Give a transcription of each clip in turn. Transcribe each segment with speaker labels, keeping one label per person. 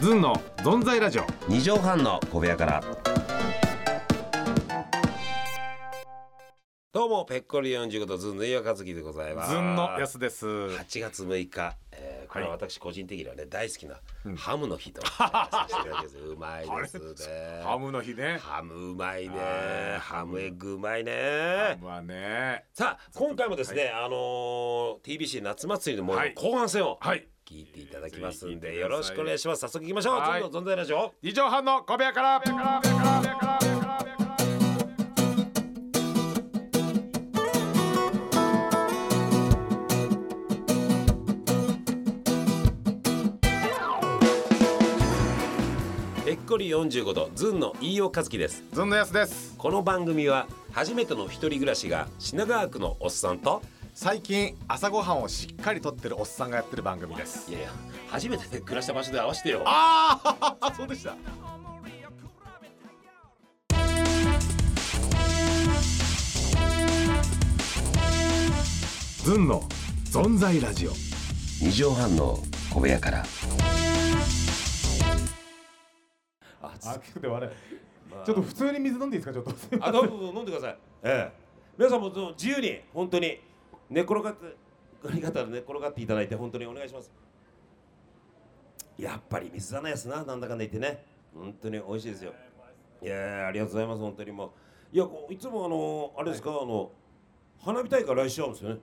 Speaker 1: ずんのぞんざいラジオ
Speaker 2: 二畳半の小部屋からどうもペッコリ45度ずんの岩和樹でございます
Speaker 1: ずんのやすです
Speaker 2: 8月6日、えー、これは私個人的にはね大好きな
Speaker 1: うん
Speaker 2: ハムの日と、 えーさせていただきますうまいですね
Speaker 1: ハムの日ね
Speaker 2: ハムうまいね
Speaker 1: はい
Speaker 2: ハムエッグうまい
Speaker 1: ハ
Speaker 2: ね
Speaker 1: ムはね
Speaker 2: さあ今回もですね、あのー TBC 夏祭りのもう
Speaker 1: はい
Speaker 2: 後半戦を
Speaker 1: はい
Speaker 2: 聞いていただきますんで、
Speaker 1: ぜひ聞いてください
Speaker 2: よろしくお願いします早速行きましょう、
Speaker 1: はい
Speaker 2: ずんの存在ラジオ
Speaker 1: 二畳半の小部屋から
Speaker 2: ペッコリ45度ずんの飯尾和樹です
Speaker 1: ずんのやすです
Speaker 2: この番組は初めての一人暮らしが品川区のおっさんと
Speaker 1: 最近朝ごはんをしっかりとってるおっさんがやってる番組です
Speaker 2: いやいや初めて暮らした場所で合わせてよ
Speaker 1: ああそうでしたずんの存在ラジオ
Speaker 2: 二畳半の小部屋から
Speaker 3: あ、くて笑い。ちょっと普通に水飲んでいいですか、ちょっと。すいま
Speaker 2: あどうぞどうぞ飲んでくださいええ皆さんもどうぞ自由に本当に寝転がってり方で寝転がっていただいて本当にお願いしますやっぱり水だなやすななんだかんだ言ってね本当に美味しいですよいやーありがとうございます本当にもういやこういつもあのーあれですか、あの花火大会来週あるんですよね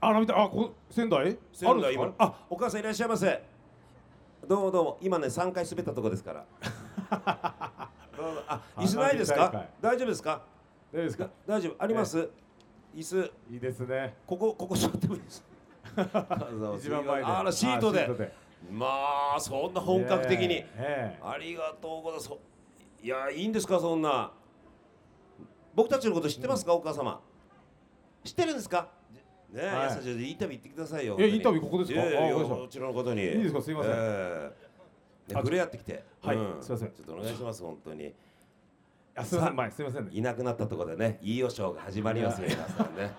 Speaker 3: あ、飲みたい。あ、こ仙台？
Speaker 2: 仙台今
Speaker 3: あ
Speaker 2: あお母さんいらっしゃいませどうもどうも今ね3回滑ったとこですから どうぞあ椅子ないです
Speaker 3: 花火
Speaker 2: か大丈夫ですか
Speaker 3: るんですか。大丈夫ですか。
Speaker 2: 大丈夫あります椅子
Speaker 3: いいですね。
Speaker 2: ここここ座ってもいい です
Speaker 3: 一番前で。
Speaker 2: あらシートで
Speaker 3: あ
Speaker 2: まあそんな本格的に、
Speaker 3: ねえ
Speaker 2: ありがとうございますそいやいいんですかそんな僕たちのこと知ってますか、お母様知ってるんですかねえ、
Speaker 3: はい
Speaker 2: 優しいインタビュー行ってくださいよ
Speaker 3: え
Speaker 2: 本当に
Speaker 3: インタビューここですか
Speaker 2: いやいや
Speaker 3: あ
Speaker 2: いや
Speaker 3: わかりました
Speaker 2: こちらのことにいい
Speaker 3: いですかすいませんあ
Speaker 2: 触れ合ってきて
Speaker 3: はい
Speaker 2: うん
Speaker 3: すいません
Speaker 2: ちょっとお願いします本当に
Speaker 3: えあ、すみません。前すみませんね。
Speaker 2: いなくなったところでねいいお賞が始まりますよ皆さんね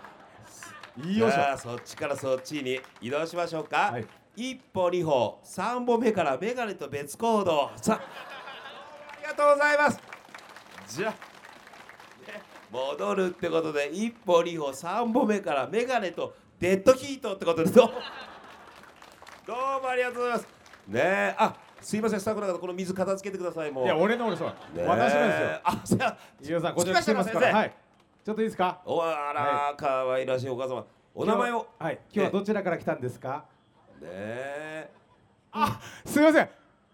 Speaker 3: いいよし
Speaker 2: じ
Speaker 3: ょ。
Speaker 2: ゃあそっちからそっちに移動しましょうか、
Speaker 3: はい
Speaker 2: 一歩二歩三歩目からメガネと別行動さありがとうございます
Speaker 3: じゃ
Speaker 2: 戻るってことで一歩二歩三歩目からメガネとデッドヒートってことでど うどうもありがとうございますねえあすいませんスタッフの方この水片付けてくださいもう
Speaker 3: いや、俺の俺そう。
Speaker 2: ねえ
Speaker 3: 私のですよ。
Speaker 2: あじゃ
Speaker 3: 伊予さん、こち
Speaker 2: 着きま
Speaker 3: ら来
Speaker 2: した
Speaker 3: て
Speaker 2: か
Speaker 3: ますから。はい。ちょっといいですか。
Speaker 2: おあら可愛らしいお母様お名前を
Speaker 3: 今日ははい。今日はどちらから来たんですか。
Speaker 2: ねえ
Speaker 3: あ、すみません。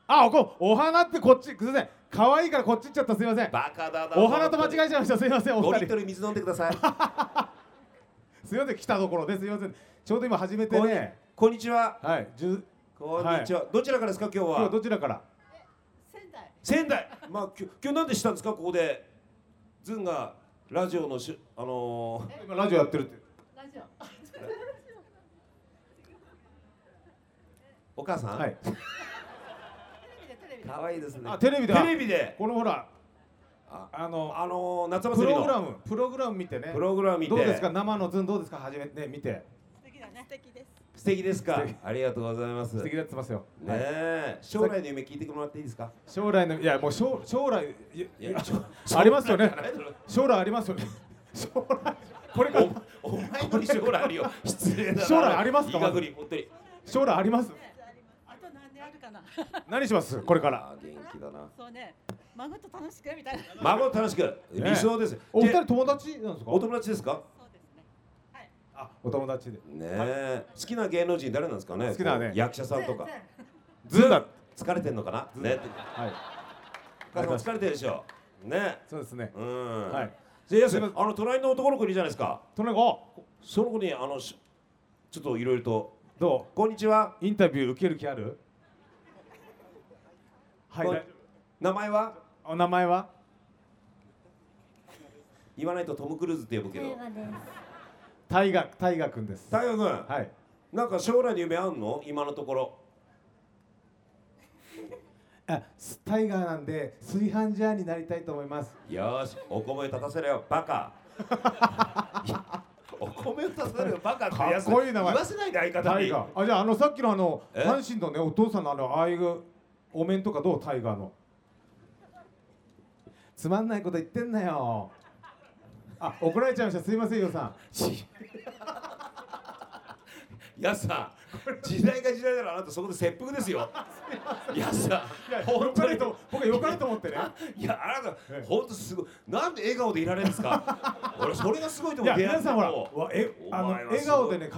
Speaker 3: あ、おこお花ってこっち。すみません。可愛いからこっち行っちゃった。すみません。
Speaker 2: バカだな
Speaker 3: お花と間違えちゃいました。すみません。お
Speaker 2: 5
Speaker 3: 二
Speaker 2: リッ
Speaker 3: 人
Speaker 2: ト。ル水飲んでください。
Speaker 3: すみません。来たところです。すみません。ちょうど今始めて
Speaker 2: こんに
Speaker 3: ね。
Speaker 2: こんにちは。
Speaker 3: はい。じゅ
Speaker 2: こんにちは。どちらからですか今日
Speaker 3: 今日は
Speaker 2: は。
Speaker 3: どちらから
Speaker 4: 仙台
Speaker 2: 仙台。まあ今日今日なんでしたんですかここで。ズンがラジオのしゅあの
Speaker 3: 今ラジオやってるって
Speaker 4: ラジオ
Speaker 2: ー、お母さん。
Speaker 3: はい
Speaker 4: テレビでテレビで
Speaker 2: 可愛いですね。
Speaker 3: あテレビで
Speaker 2: テレビで。
Speaker 3: このほら
Speaker 2: あ
Speaker 3: あの
Speaker 2: あのー、夏
Speaker 3: プ
Speaker 2: 祭りの
Speaker 3: ログラムプログラム見てね
Speaker 2: プログラム見て。
Speaker 3: どうですか生のズンどうですか初めて見て
Speaker 4: 素敵だね素敵です
Speaker 2: 素敵ですか
Speaker 3: 素敵。
Speaker 2: ありがとうございます。
Speaker 3: 素敵
Speaker 2: ね
Speaker 3: だってますよはい
Speaker 2: え、将来の夢聞いてもらっていいですか。
Speaker 3: 将来のいやもう将将来い
Speaker 2: い
Speaker 3: や
Speaker 2: や、ちょ
Speaker 3: ありますよね
Speaker 2: 将来ないだろ
Speaker 3: 将来ありますよね 将来これから
Speaker 2: おお前より将来あるよ。失礼だな。
Speaker 3: 将来ありますか
Speaker 2: いい学歴本当に。
Speaker 3: 将来あります
Speaker 4: ねあと何年あるかな
Speaker 3: 何しますこれから
Speaker 2: あー、元気だな。
Speaker 4: そうね孫と楽しくみたいな
Speaker 2: 孫楽しく。
Speaker 3: ね
Speaker 2: 理想です。
Speaker 3: お二人
Speaker 2: で
Speaker 3: 友達なんですか
Speaker 2: お友達ですか。
Speaker 4: そうですね
Speaker 3: あお友達で
Speaker 2: ねえ、好きな芸能人誰なんですかね。
Speaker 3: 好きなね
Speaker 2: こう役者さんとか。
Speaker 4: 全然
Speaker 3: ズンだ
Speaker 2: 疲れてんのかな。ね。
Speaker 3: はい
Speaker 2: お母さん疲れてるでしょ。ね。
Speaker 3: そうですね
Speaker 2: うん。
Speaker 3: はい。
Speaker 2: で、やす
Speaker 3: すいませ
Speaker 2: あの隣の男の子いるじゃないですか。
Speaker 3: とにかくあ
Speaker 2: その子にあのしちょっといろいろと。
Speaker 3: ど
Speaker 2: こんにちは。
Speaker 3: うインタビュー受ける気あるはい
Speaker 2: こん
Speaker 3: 大丈夫
Speaker 2: 名前は
Speaker 3: お名前は
Speaker 2: 言わないとトム・クルーズって呼ぶけど。
Speaker 3: タイガタイガくんです。
Speaker 2: 太陽君、
Speaker 3: はい。
Speaker 2: なんか将来の夢あんの？今のところ。
Speaker 3: あ、すタイガーなんで炊飯ジャーになりたいと思います。
Speaker 2: よーし、お米立たせろよ、バカ。 お米を立たせろよ、バカってやつ
Speaker 3: かっこいい名前
Speaker 2: 言わせないで相方
Speaker 3: タ
Speaker 2: に。
Speaker 3: イガー。あ、じゃああのさっきのあの
Speaker 2: え
Speaker 3: 阪神のねお父さんのあのああいうお面とかどうタイガーのつまんないこと言ってんなよあ怒られちゃいましたすいませんよさん
Speaker 2: ち やすさん時代が時代ならあなたそこで切腹ですよやすさ
Speaker 3: いや
Speaker 2: ん本
Speaker 3: よか
Speaker 2: 当
Speaker 3: れ
Speaker 2: に
Speaker 3: と僕はよかれと思ってね
Speaker 2: いやあな
Speaker 3: え
Speaker 2: た
Speaker 3: え
Speaker 2: 本当すごいなんで笑顔でいられるんですか俺それがすごいと
Speaker 3: い
Speaker 2: 思
Speaker 3: や
Speaker 2: う出会
Speaker 3: 皆
Speaker 2: い
Speaker 3: さんほら
Speaker 2: も
Speaker 3: わえ
Speaker 2: お前
Speaker 3: あの
Speaker 2: はすごい
Speaker 3: 笑顔でね囲ん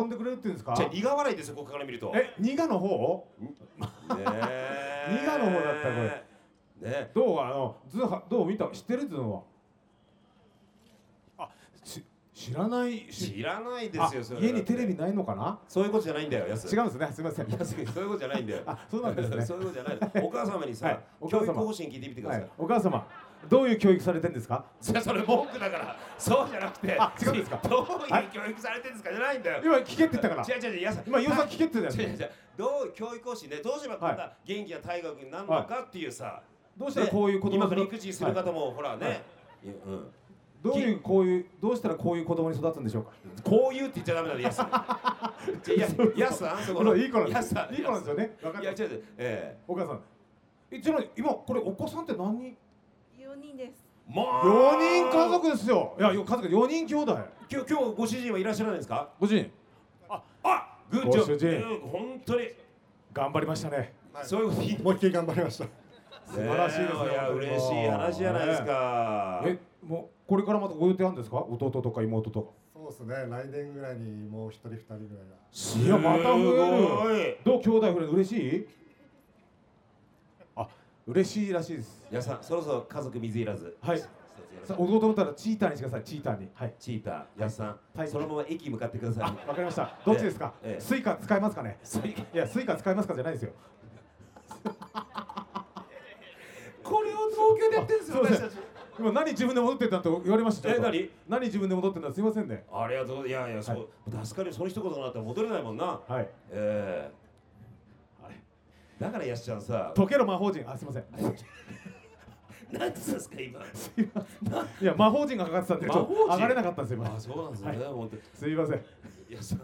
Speaker 3: 囲んでくれるっていうんですか
Speaker 2: じゃあ苦笑いですよここから見るとね
Speaker 3: えニガの方
Speaker 2: え
Speaker 3: 苦の方だったこれ
Speaker 2: ねえ
Speaker 3: どうあのズハどう見た知ってるっていうのはあし知らないし
Speaker 2: 知らないで
Speaker 3: あ
Speaker 2: すよそれ
Speaker 3: 家にテレビないのかな
Speaker 2: そういうことじゃないんだよやす
Speaker 3: 違うんですねすいません
Speaker 2: 安くそういうことじゃないんだよ
Speaker 3: あそうなんですね
Speaker 2: そういうことじゃないお母様にさ、
Speaker 3: はいお母
Speaker 2: 教
Speaker 3: 様
Speaker 2: 育方針聞いてみてくだ
Speaker 3: は
Speaker 2: さい、
Speaker 3: い、お母様どういう教育されてんですか
Speaker 2: じゃあそれ文句だからそうじゃなくて
Speaker 3: あ違うんですか
Speaker 2: どう
Speaker 3: はいいう
Speaker 2: 教育されてるんですかじゃないんだよ
Speaker 3: 今聞けって言ったから
Speaker 2: 違う違う違うやす
Speaker 3: 今洋さん聞けって言った
Speaker 2: 違
Speaker 3: よ
Speaker 2: う違う
Speaker 3: ね
Speaker 2: 違うどう教育方針でどうすればこんな元気な大学になるのかっていうさ
Speaker 3: どうしたらこういう子供
Speaker 2: 今から
Speaker 3: に
Speaker 2: 育児す
Speaker 3: は
Speaker 2: る
Speaker 3: い
Speaker 2: 方もほら
Speaker 3: はい
Speaker 2: ねいやうん
Speaker 3: どういうこういうどうしたらこういう子供に育つんでしょうか
Speaker 2: こう言うって言っちゃダメだねや すじゃあややすさんそこ
Speaker 3: こ
Speaker 2: の
Speaker 3: れいい子なんで
Speaker 2: や
Speaker 3: す
Speaker 2: すさん
Speaker 3: いい子なんですよねわか
Speaker 2: い
Speaker 3: り
Speaker 2: や
Speaker 3: ま
Speaker 2: 違
Speaker 3: す
Speaker 2: う違うええ
Speaker 3: お母さんえちなみに今これお子さんって何人
Speaker 4: 四人です。
Speaker 2: もう
Speaker 3: 四人家族ですよいやよ家族四人兄弟
Speaker 2: 今日今日ご主人はいらっしゃらないんですか
Speaker 3: ご主人
Speaker 2: あグッ
Speaker 3: ご
Speaker 2: ジョ
Speaker 3: 主人
Speaker 2: うん本当に
Speaker 3: 頑張りましたね
Speaker 2: そういうこといい
Speaker 1: もう一回頑張りました
Speaker 2: 素
Speaker 3: 晴らしいですね
Speaker 2: いや
Speaker 3: 本当に
Speaker 2: 嬉しい話じゃないですか
Speaker 3: えもうこれからまたご予定あるんですか弟とか妹とか
Speaker 1: そうですね来年ぐらいにもう一人二人ぐらいが
Speaker 2: す
Speaker 3: いやまた増
Speaker 2: ご
Speaker 3: え
Speaker 2: い
Speaker 3: るどう兄弟増えるの嬉しいあ嬉しいらしいです
Speaker 2: 皆さんそろそろ家族水いらず
Speaker 3: はいさ弟と思ったらチーターにしてくださいチーターにはい
Speaker 2: チーターやっさ
Speaker 3: は
Speaker 2: ん
Speaker 3: い
Speaker 2: そのまま駅向かってください
Speaker 3: わかりましたどっちですか、
Speaker 2: ええええ
Speaker 3: スイカ使えますかね
Speaker 2: それ
Speaker 3: いやスイカ使えますかじゃないですよ
Speaker 2: これを東京でやってるんですよ
Speaker 3: あすいませ
Speaker 2: 私
Speaker 3: ん
Speaker 2: たち
Speaker 3: 今何自分で戻ってったと言われましたちょっと
Speaker 2: え何
Speaker 3: 何自分で戻ってんだすいませんね
Speaker 2: ありがとうございますいやいやそう助かるよその一言があったら戻れないもんな
Speaker 3: はい
Speaker 2: ええ
Speaker 3: あれ
Speaker 2: だからやっちゃんさ
Speaker 3: 溶けろ魔法陣あすいませ ん
Speaker 2: 何て言うんですか今
Speaker 3: いや魔法陣がかかってたんでちょっ
Speaker 2: 魔法
Speaker 3: と
Speaker 2: 陣
Speaker 3: 上がれなかったんですよ今
Speaker 2: あそうなんですね本当に
Speaker 3: すいません
Speaker 2: いやさ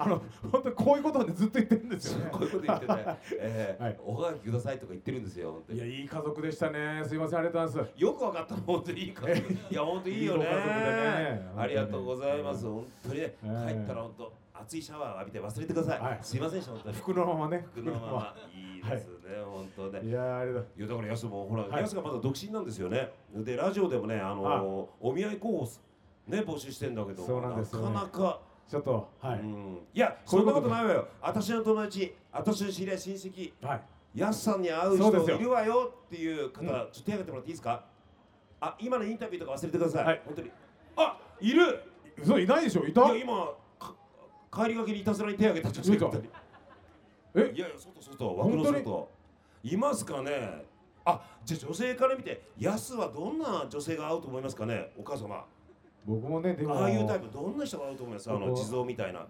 Speaker 3: あの本当にこういうことでずっと言ってるんですよね
Speaker 2: こういうこと言っ てね、えー
Speaker 3: はい
Speaker 2: おはがきくださいとか言ってるんですよ、本当
Speaker 3: いや
Speaker 2: に。
Speaker 3: いい家族でしたねすいませんありがとうございます
Speaker 2: よくわかったの、本当にいい家族。いや、本当いいよね。
Speaker 3: いいご家族でね
Speaker 2: ありがとうございます、本当にね、
Speaker 3: ええ
Speaker 2: 帰ったら本当、熱いシャワー浴びて忘れてください。
Speaker 3: はい
Speaker 2: すいませんでし た、本当に。
Speaker 3: 服のままね
Speaker 2: 服のまま、いいですね、本当ね。
Speaker 3: いやーありがとう
Speaker 2: いやだからやすもほら、
Speaker 3: はい
Speaker 2: やすがまだ独身なんですよねでラジオでもねあのー
Speaker 3: はい
Speaker 2: お見合い候補ね募集してんだけど
Speaker 3: そうなんですよね
Speaker 2: なかなか
Speaker 3: ちょっとは
Speaker 2: う
Speaker 3: い、
Speaker 2: んいや
Speaker 3: こうい
Speaker 2: そん
Speaker 3: う
Speaker 2: な
Speaker 3: こ
Speaker 2: こととないわよ私の友達私の知り合い親戚
Speaker 3: はい
Speaker 2: やすさんに会う
Speaker 3: そうです
Speaker 2: 人
Speaker 3: よ
Speaker 2: いるわよっていう方、ちょっと手挙げてもらっていいですかあ今のインタビューとか忘れてください、
Speaker 3: はい
Speaker 2: 本当にあいる
Speaker 3: 嘘いないでしょい
Speaker 2: い
Speaker 3: た
Speaker 2: や今か帰りがけにいたずらに手挙げた女性がいたり
Speaker 3: え
Speaker 2: いやいや外外枠の
Speaker 3: 本
Speaker 2: 外いますかねあじゃあ女性から見てやすはどんな女性が合うと思いますかねお母様
Speaker 3: 僕もねでも
Speaker 2: ああいうタイプどんな人が合うと思いますあの
Speaker 3: 僕は
Speaker 2: 地蔵みたいな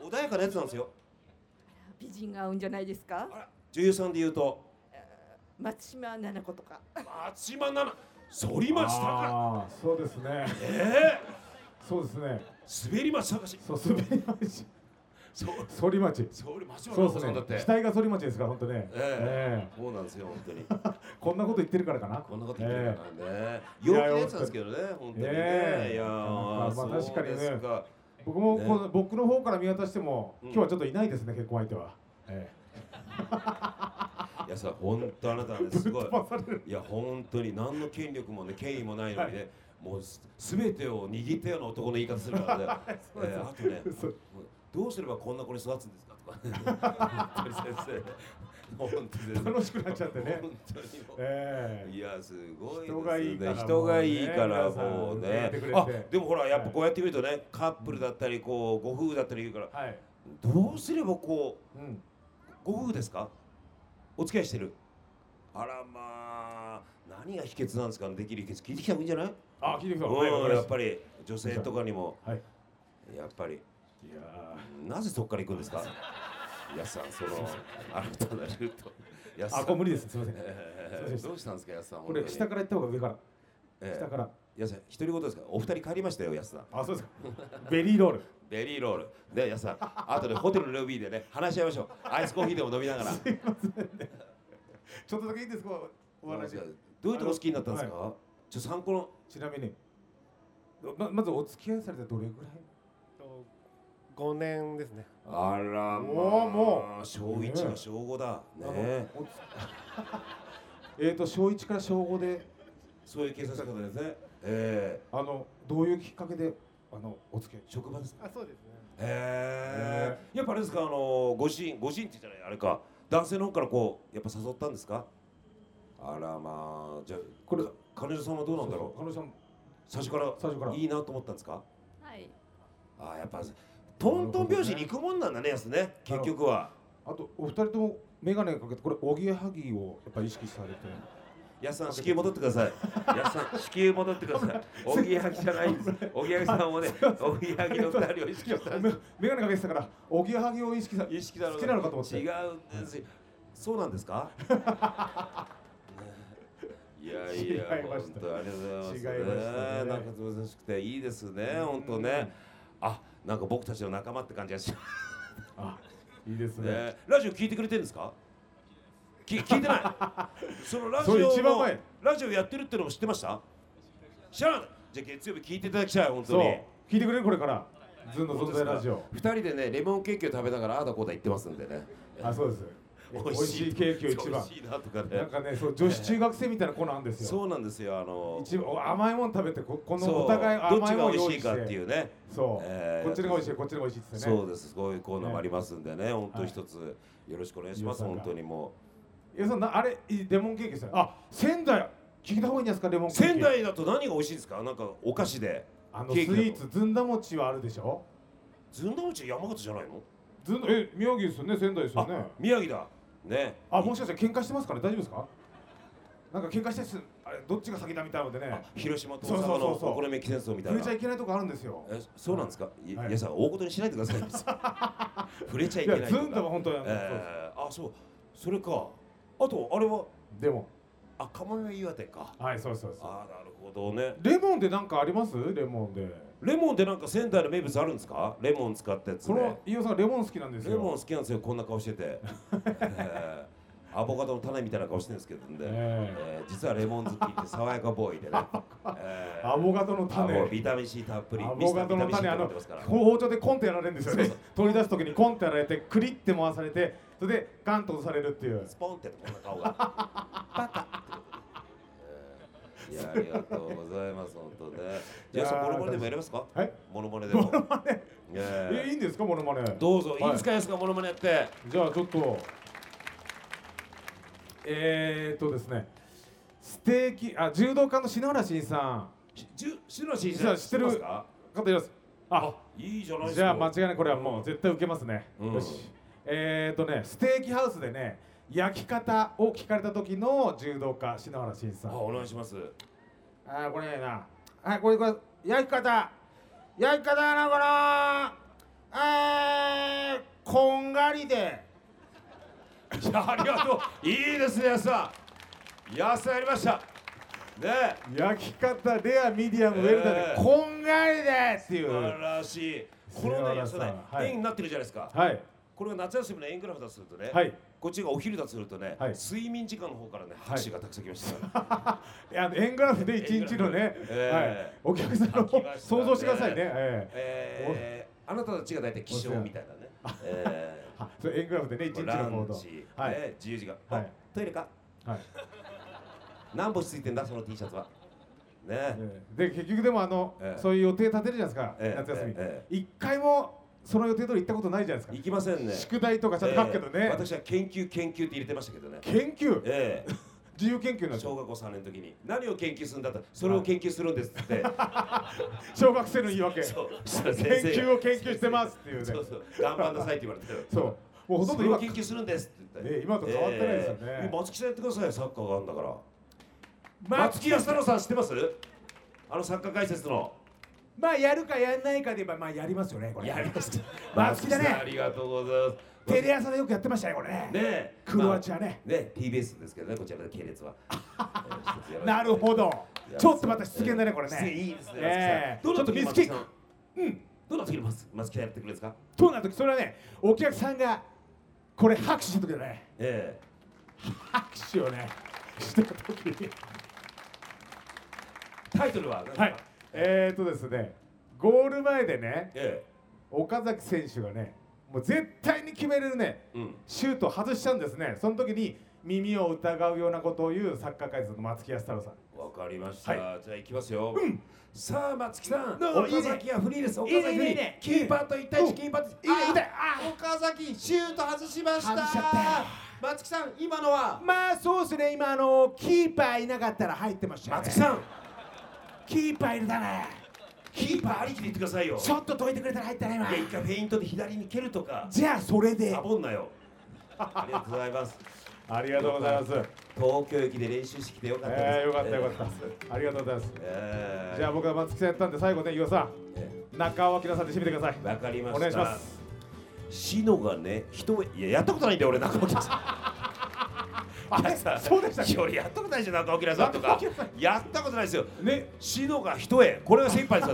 Speaker 2: 穏やかなやつなんですよ
Speaker 5: 美人が合うんじゃないですか
Speaker 2: あら女優さんで言うと
Speaker 5: 松島奈々子とか
Speaker 2: 松島奈々反町隆
Speaker 3: あーそうですね
Speaker 2: ええ
Speaker 3: そうですね
Speaker 2: 滑り町隆史
Speaker 3: そう滑り町
Speaker 2: そう
Speaker 3: 反町
Speaker 2: そう松島
Speaker 3: そうで
Speaker 2: 奈子
Speaker 3: す
Speaker 2: さ
Speaker 3: ね
Speaker 2: んだって
Speaker 3: 死体が反町ですから本当ねえ
Speaker 2: えそうなんですよ本当に
Speaker 3: えこんなこと言ってるからかな
Speaker 2: こんなこと言ってるからね。
Speaker 3: え
Speaker 2: 陽気なやつなんですけどね、本当にね。
Speaker 3: ええ
Speaker 2: いやー、
Speaker 3: まあ
Speaker 2: そう
Speaker 3: 確かにね
Speaker 2: ですか。
Speaker 3: 僕もこ
Speaker 2: ね
Speaker 3: の僕の方から見渡しても、
Speaker 2: うん
Speaker 3: 今日はちょっといないですね結婚相手は、え
Speaker 2: いやさ、本当あなたはね、すごい
Speaker 3: え、。飛ばされる
Speaker 2: いや、本当に何の権力もね、権威もないのにね。もうすべてを握ったような男の言い方するからね。ええあとね、
Speaker 3: そう
Speaker 2: どうすればこんな子に育つんですか とか。本当に先生。本当に先生
Speaker 3: 楽しくなっちゃってね
Speaker 2: 本当にもう
Speaker 3: ええ
Speaker 2: いやすごいですね
Speaker 3: 人がいいから
Speaker 2: 人がいいから
Speaker 3: もうね
Speaker 2: もう
Speaker 3: 皆さ
Speaker 2: ね
Speaker 3: ん受け入れてくれて
Speaker 2: あでもほらやっぱこうやって見るとねカップルだったりこうご夫婦だったり言うから
Speaker 3: はい、
Speaker 2: どうすればこ
Speaker 3: うん、
Speaker 2: うご夫婦ですかお付き合いしてるあらまあ何が秘訣なんですかねできる秘訣聞いてきた方がいいんじゃない
Speaker 3: あ聞いてきたはいわか
Speaker 2: うん
Speaker 3: り
Speaker 2: や
Speaker 3: まし
Speaker 2: っ
Speaker 3: た
Speaker 2: ぱり女性とかにも
Speaker 3: はい
Speaker 2: やっぱり
Speaker 3: いや
Speaker 2: なぜそこから行くんですかやすさんその新たなルートやす
Speaker 3: ー
Speaker 2: さ
Speaker 3: あこれ
Speaker 2: ん
Speaker 3: 無理ですすみません
Speaker 2: えーどうしたんですかやすさん
Speaker 3: こ
Speaker 2: 本当
Speaker 3: れ
Speaker 2: に
Speaker 3: 下から行った方が上から
Speaker 2: え
Speaker 3: 下から
Speaker 2: え、安さん独り言ですかお二人帰りましたよ安さん
Speaker 3: あそうですか ベリーロール
Speaker 2: ベリーロールで安さんあとでホテルのロビーでね話し合いましょうアイスコーヒーでも飲みながら
Speaker 3: ちょっとだけいいですかお話
Speaker 2: どういうとこ好きになったんですか、ちょ参考の
Speaker 3: ちなみにままずお付き合いされてどれぐらい
Speaker 6: と5年ですね
Speaker 2: あら
Speaker 3: おーも
Speaker 2: う小一の小五だねえ
Speaker 3: あのおつ えっと小1から小5で
Speaker 2: そういう警察官ですねえ
Speaker 3: あのどういうきっかけであのお付き合い
Speaker 2: え職場ですか
Speaker 6: あそうですね
Speaker 2: へえやっぱあれですかあのご主人ご主人って言ったらあれか男性の方からこうやっぱ誘ったんですかあらまあじゃあこれ彼女さんはどうなんだろう
Speaker 3: 彼女さん
Speaker 2: 最初から
Speaker 3: 最初から
Speaker 2: いいなと思ったんですか
Speaker 5: はい。
Speaker 2: ああやっぱトントン拍子に行くもんなんだね安ね結局は
Speaker 3: あとお二人とも眼鏡かけてこれおぎやはぎをやっぱ意識されて
Speaker 2: 安さん、子宮戻ってください。 安さん、子宮戻ってください。おぎやはぎじゃないんです。おぎやはぎさんもね、おぎやはぎの二人を意識 したんです。
Speaker 3: 眼鏡かけてたからおぎやはぎを意識さ
Speaker 2: 意識だろう
Speaker 3: 好きなのかと思って
Speaker 2: 違うんですよ。そうなんですかいやいや、
Speaker 3: 違いました
Speaker 2: 本当ありがとうございます、
Speaker 3: 違いましたね
Speaker 2: なんかずしくていいですね、本当ね。あ、なんか僕たちの仲間って感じがします
Speaker 3: あいいですね
Speaker 2: ね。ラジオ聞いてくれてるんですかき聞 いてないそのラジオ
Speaker 3: それ一番
Speaker 2: の
Speaker 3: 前
Speaker 2: ラジオやってるってのも知ってました知らないじゃあ月曜日聞いていただきたい、本当
Speaker 3: そう
Speaker 2: に。
Speaker 3: 聞いてくれるこれからズンの
Speaker 2: 本
Speaker 3: 存
Speaker 2: 当です
Speaker 3: 在
Speaker 2: か
Speaker 3: ラジオ
Speaker 2: 二人でね、レモンケーキを食べながらああだこうだ言ってますんでね。
Speaker 3: あそうです美味しいケーキを一
Speaker 2: 美
Speaker 3: 番
Speaker 2: 味しいなとか
Speaker 3: な
Speaker 2: ね
Speaker 3: ん。かねそう女子中学生みたいな子なんですよ
Speaker 2: そうなんですよ。あの
Speaker 3: 一番お甘いもん食べてここ
Speaker 2: そう
Speaker 3: のお互い
Speaker 2: ど
Speaker 3: 甘
Speaker 2: っち
Speaker 3: い
Speaker 2: が
Speaker 3: もん
Speaker 2: 美
Speaker 3: 用意
Speaker 2: 味しい
Speaker 3: し
Speaker 2: かってい
Speaker 3: て
Speaker 2: うね。
Speaker 3: そう
Speaker 2: えー
Speaker 3: こっちのが美味しいこっちのが美味しいっつってね
Speaker 2: そうです。こういうコーナーもありますんでね。本当一つよろしくお願いします。
Speaker 3: はい
Speaker 2: 本当にも
Speaker 3: いやそんなあれいレモンケーキさあ仙台聞いた方がいいんじゃないですかレモン
Speaker 2: う。
Speaker 3: ケーキ
Speaker 2: 仙台だと何が美味しいんですか。なんかお菓子で。
Speaker 3: あのス
Speaker 2: ケ
Speaker 3: イ
Speaker 2: ーキだと
Speaker 3: ーツずんだ餅はあるでしょ
Speaker 2: ずんだ餅は山形じゃないの？
Speaker 3: ずんだえ宮城ですよね仙台ですよね
Speaker 2: あ、宮城だ。ね。
Speaker 3: あもしかして喧嘩してますかね大丈夫ですかなんか喧嘩してすあれどっちが先だみたいなのでね
Speaker 2: 広島と大阪の
Speaker 3: そうそうそうそう
Speaker 2: お好み焼き戦争みた
Speaker 3: 触
Speaker 2: いな
Speaker 3: れちゃ。いけないとこあるんですよ
Speaker 2: えそうなんですか。いい
Speaker 3: はい
Speaker 2: やさん大事にしない でください。触れちゃい
Speaker 3: い
Speaker 2: け
Speaker 3: や
Speaker 2: ない
Speaker 3: ず
Speaker 2: とか。
Speaker 3: んだは本当にあのそう
Speaker 2: えーあそうそれかあとあれは
Speaker 3: ですでも
Speaker 2: あ鴨川岩手か
Speaker 3: はいそうですそうです
Speaker 2: あーなるほどね
Speaker 3: レモンでなんかありますレモンで
Speaker 2: レモンってなんか仙台の名物あるんですかレモン使ったやつ
Speaker 3: この
Speaker 2: ね
Speaker 3: 飯尾さんレモン好きなんですよ
Speaker 2: レモン好きなんですよこんな顔してて、え ーアボカドの種みたいな顔してるんですけどね、
Speaker 3: え
Speaker 2: えー実はレモン好きって爽やかボーイでね、え
Speaker 3: アボカドの
Speaker 2: ーあもう
Speaker 3: 種
Speaker 2: ビタミン C たっぷり
Speaker 3: アボカドの
Speaker 2: ミス
Speaker 3: 種
Speaker 2: タ
Speaker 3: あ
Speaker 2: ービタミン C
Speaker 3: の
Speaker 2: ってますから
Speaker 3: 包丁でコンってやられるんですよね取り出す時にコンってやられてクリって回されてそれでガンと押されるっていう
Speaker 2: スポンってやってこんな顔が。パカッ。いやありがとうございます本当ね。じゃあ
Speaker 3: いやー
Speaker 2: モノマネでもやりますか？
Speaker 3: はい。
Speaker 2: モノマネでも。モノマネ。
Speaker 3: えいいんですかモノマネ
Speaker 2: どうぞ、
Speaker 3: はい
Speaker 2: いつかやすかモノマネやって。
Speaker 3: じゃあちょっとえー、っとですねステーキあ柔道家の篠原慎さ
Speaker 2: しじゅしのし
Speaker 3: じゃあ知ってる
Speaker 2: ますか？
Speaker 3: ん方いますあ
Speaker 2: いいじゃないです
Speaker 3: じ
Speaker 2: か。
Speaker 3: ゃあ間違いないこれはもう絶対受けますね、
Speaker 2: うん
Speaker 3: よしえー、っとねステーキハウスでね焼き方を聞かれた時の柔道家篠原慎さん
Speaker 2: あお願いします。
Speaker 3: あーこれやなはいこれこれ焼き方焼き方やなこのえー、こんがりで
Speaker 2: いやありがとう。いいですねやすさん。やすさんやりました。ねえ。
Speaker 3: 焼き方レアミディアムウェルダーで、
Speaker 2: えー
Speaker 3: こんがりでっていう
Speaker 2: 素晴
Speaker 3: は
Speaker 2: らしい。こ
Speaker 3: 篠
Speaker 2: のね、
Speaker 3: 原
Speaker 2: 安
Speaker 3: さ
Speaker 2: さ
Speaker 3: ん
Speaker 2: んね、
Speaker 3: はい
Speaker 2: 円になってるじゃないですか。
Speaker 3: い
Speaker 2: これが夏休みの円グラフだとするとね、
Speaker 3: はい
Speaker 2: こっちがお昼だとするとね、
Speaker 3: はい
Speaker 2: 睡眠時間の方からね拍手がたくさん来 ました、
Speaker 3: いや円グラフで一日のね、はい、
Speaker 2: え
Speaker 3: お客さんの
Speaker 2: 書きましたね
Speaker 3: 想像してくださいね、え
Speaker 2: えーあなたたちが大体起床みたいなね、え
Speaker 3: ーはそれ円グラフでね一
Speaker 2: ー、
Speaker 3: 日の
Speaker 2: ラ
Speaker 3: 行
Speaker 2: ン
Speaker 3: 動
Speaker 2: チ、
Speaker 3: はい、
Speaker 2: ね、自由時間、
Speaker 3: は
Speaker 2: はいトイレか
Speaker 3: はい
Speaker 2: 何星ついてんだその T シャツはね
Speaker 3: えーで結局でもあの、
Speaker 2: えー
Speaker 3: そういう予定立てるじゃないですか、
Speaker 2: えー
Speaker 3: 夏休み、
Speaker 2: え
Speaker 3: 一回もその予定通り行ったことないじゃないですか
Speaker 2: 行きませんね
Speaker 3: 宿題とかちゃんと書くけど
Speaker 2: えー
Speaker 3: ね、
Speaker 2: 私は研究研究って入れてましたけどね
Speaker 3: 研究
Speaker 2: え え
Speaker 3: 自由研究なんです
Speaker 2: 小学校3年の時に何を研究するんだったらそれを研究するんです って
Speaker 3: 小学生の言い訳
Speaker 2: そう
Speaker 3: 研究を研究してますっていうね
Speaker 2: そ
Speaker 3: そうう
Speaker 2: そう頑張んなさいって言われて
Speaker 3: もうほとんど今
Speaker 2: それを研究するんですって言って、
Speaker 3: ええ今と変わってないですよね
Speaker 2: ええ松木さんやってくださいサッカーがあるんだから
Speaker 3: ま
Speaker 2: 松木安太郎さん知ってますあのサッカー解説の
Speaker 3: まあやるかやんないかで言えばまあやりますよねこれ
Speaker 2: やりました
Speaker 3: 松木だね
Speaker 2: さんありがとうございます
Speaker 3: テレ朝でよくやってましたねこれね
Speaker 2: ねえ
Speaker 3: クロアチアね
Speaker 2: まあね TBS ですけどねこちらの系列は、ええ一つやらせて
Speaker 3: なるほどちょっとまた失言だねこれね
Speaker 2: 失言いいですね。
Speaker 3: ええ
Speaker 2: 松木さんどんな時に
Speaker 3: ちょっとミスキック
Speaker 2: 松木さんうん。どんな時にマスマスキさんやってくれるんですか。
Speaker 3: そうなるときそれはねお客さんがこれ拍手した時だね
Speaker 2: え
Speaker 3: 拍手をねした時に
Speaker 2: え。タイトルは何ですか。
Speaker 3: はいえーとですねゴール前でね
Speaker 2: え
Speaker 3: 岡崎選手がねもう絶対に決めれるね
Speaker 2: え。うん。
Speaker 3: シュートを外しちゃうんですねその時に耳を疑うようなことを言うサッカー解説の松木安太郎さん
Speaker 2: わかりました。
Speaker 3: は
Speaker 2: じゃあ行きますよ。さあ松木さん、
Speaker 3: どうぞ
Speaker 2: 岡崎はフリーです。岡
Speaker 3: いいね
Speaker 2: 崎フリー。
Speaker 3: いいね
Speaker 2: キーパーと一対
Speaker 3: う
Speaker 2: 一
Speaker 3: ん
Speaker 2: キーパーと
Speaker 3: いいねいいね
Speaker 2: あ岡崎シュート外しました。
Speaker 3: 外しちゃったよ
Speaker 2: 松木さん今のは
Speaker 3: まあそうですね今あのキーパーいなかったら入ってましたよ、ね、
Speaker 2: 松木さん
Speaker 3: キーパーいるだね
Speaker 2: キーパーありきで言ってくださいよ。
Speaker 3: ちょっと解いてくれたら入ったね今
Speaker 2: いや一回フェイントで左に蹴るとか。
Speaker 3: じゃあそれで
Speaker 2: サボんなよ。ありがとうございます。
Speaker 3: ありがとうございます
Speaker 2: 東京駅で練習してきてよかったです。
Speaker 3: えー、よかったよかったありがとうございます
Speaker 2: えー
Speaker 3: じゃあ僕は松木さんやったんで最後ね岩尾さ
Speaker 2: え
Speaker 3: ん中尾明さんで締めてください
Speaker 2: ーわかりました。
Speaker 3: お願いします
Speaker 2: シノがね、人目いややったことないんだよ俺中尾さん。
Speaker 3: あれ
Speaker 2: さ
Speaker 3: そうでしたっけ
Speaker 2: 俺やったことないじゃん中尾明さんとか
Speaker 3: 中尾明さ
Speaker 2: やったことないですよ
Speaker 3: ね
Speaker 2: シノが一重これが精一杯です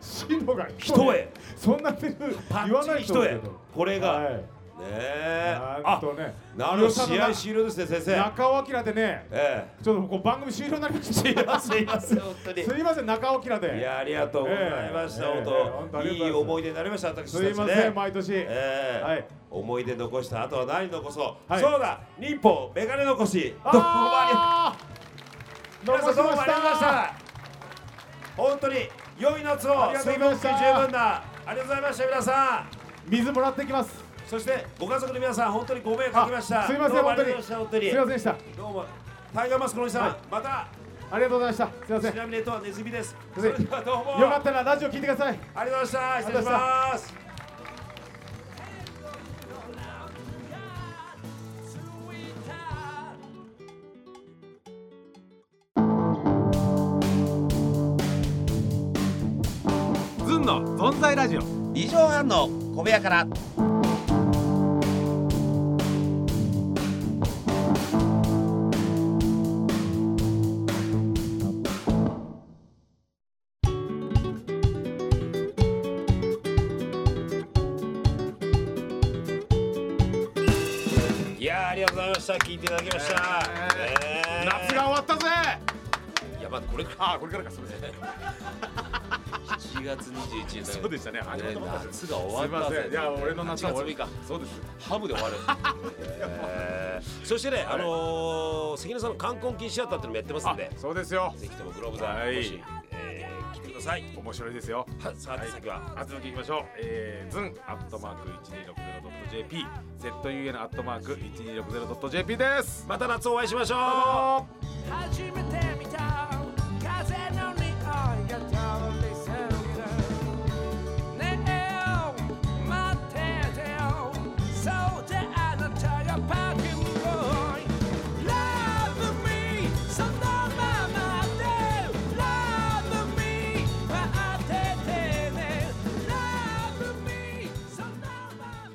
Speaker 2: 私
Speaker 3: シノが
Speaker 2: 一重
Speaker 3: そんなセリフ
Speaker 2: パ
Speaker 3: 言わ
Speaker 2: ッ
Speaker 3: な
Speaker 2: チ
Speaker 3: い
Speaker 2: リ
Speaker 3: と思
Speaker 2: 一
Speaker 3: う
Speaker 2: 重これ
Speaker 3: けど
Speaker 2: が、
Speaker 3: は
Speaker 2: ね
Speaker 3: い
Speaker 2: え
Speaker 3: なん
Speaker 2: あ
Speaker 3: とね
Speaker 2: な
Speaker 3: 岩
Speaker 2: るほど
Speaker 3: 尾さんの
Speaker 2: 試合終了ですね先生
Speaker 3: 中尾明でね
Speaker 2: え
Speaker 3: ちょっとこう番組終了になりま
Speaker 2: え
Speaker 3: し
Speaker 2: すいませんすいません本当
Speaker 3: た
Speaker 2: に
Speaker 3: すいません中尾明で
Speaker 2: いやありがとうございました、
Speaker 3: ええええ本当
Speaker 2: 本当、
Speaker 3: ありがとうござい
Speaker 2: い
Speaker 3: ます
Speaker 2: い思い出になりました私たち
Speaker 3: す
Speaker 2: ね
Speaker 3: いません毎年、
Speaker 2: ええ
Speaker 3: はい
Speaker 2: 思い出残したあとは何残そう、
Speaker 3: はい
Speaker 2: そうだ忍法メガネ残しどうもあり
Speaker 3: あー
Speaker 2: 皆さんどうもありがとうございま
Speaker 3: 残
Speaker 2: した本当に良い夏を
Speaker 3: ありがとう
Speaker 2: 水
Speaker 3: ございま
Speaker 2: 分補
Speaker 3: し
Speaker 2: 給
Speaker 3: た
Speaker 2: 十分だありがとうございました皆さ
Speaker 3: 水もらってきます
Speaker 2: んそしてご家族の皆さん本当にご迷惑かけました
Speaker 3: あすいません
Speaker 2: どうもあ
Speaker 3: 本当
Speaker 2: りがとう
Speaker 3: に
Speaker 2: ございました
Speaker 3: すいませんでした
Speaker 2: どうもタイガーマスクのおじさん、
Speaker 3: はい
Speaker 2: また
Speaker 3: ありがとうございましたすいません
Speaker 2: ちなみにとはネズミですそ
Speaker 3: すいま
Speaker 2: れ
Speaker 3: せん
Speaker 2: ではどうも
Speaker 3: よかったらラジオ聞いてください
Speaker 2: ありがとうございました失礼します
Speaker 1: ズンの存在ラジオ
Speaker 7: 二畳半の小部屋から
Speaker 2: いやーありがとうございました聞いていただきました、え
Speaker 1: え
Speaker 2: ー
Speaker 1: 夏が終わったぜ
Speaker 7: いやまあこれから
Speaker 1: あーこれからかすみません
Speaker 7: 7月21日
Speaker 1: そうでしたね始まったばっかです
Speaker 7: 夏が終わった
Speaker 1: すいませんいや俺の夏は終わ
Speaker 7: 8
Speaker 1: り
Speaker 7: 月6日
Speaker 1: そうです
Speaker 7: ハムで終わる えーそしてね、あのー、関根さんの冠婚金シアターってのもやってますん
Speaker 1: あ
Speaker 7: で
Speaker 1: そうですよ
Speaker 7: ぜひともグローブさん、
Speaker 1: はい
Speaker 7: もし、えー、来てください
Speaker 1: 面白いですよ
Speaker 7: はさあ、先は
Speaker 1: あつのきいきましょう、えー、ズンアットマーク 1260.jp ZUN アットマーク 1260.jp です
Speaker 7: また夏お会いしましょ
Speaker 1: どう
Speaker 7: う
Speaker 1: も
Speaker 8: 初めて見た風の匂いが通り過ぎるねえ待っててよそうであなたがパーキングボーイ Love me そのままで Love me 待っててね Love me そのままで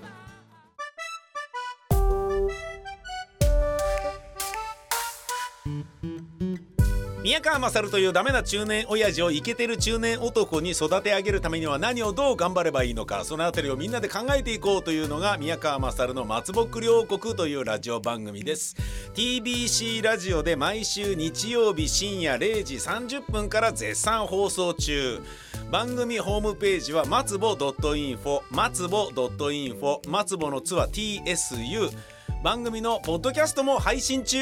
Speaker 7: 宮川勝というダメな中年親父をイケてる中年男に育て上げるためには何をどう頑張ればいいのかそのあたりをみんなで考えていこうというのが宮川勝の「松ぼっくり王国」というラジオ番組です TBC ラジオで毎週日曜日深夜0時30分から絶賛放送中番組ホームページは松ぼ .info 松ぼ .info 松ぼの「つ」は TSU 番組のポッドキャストも配信中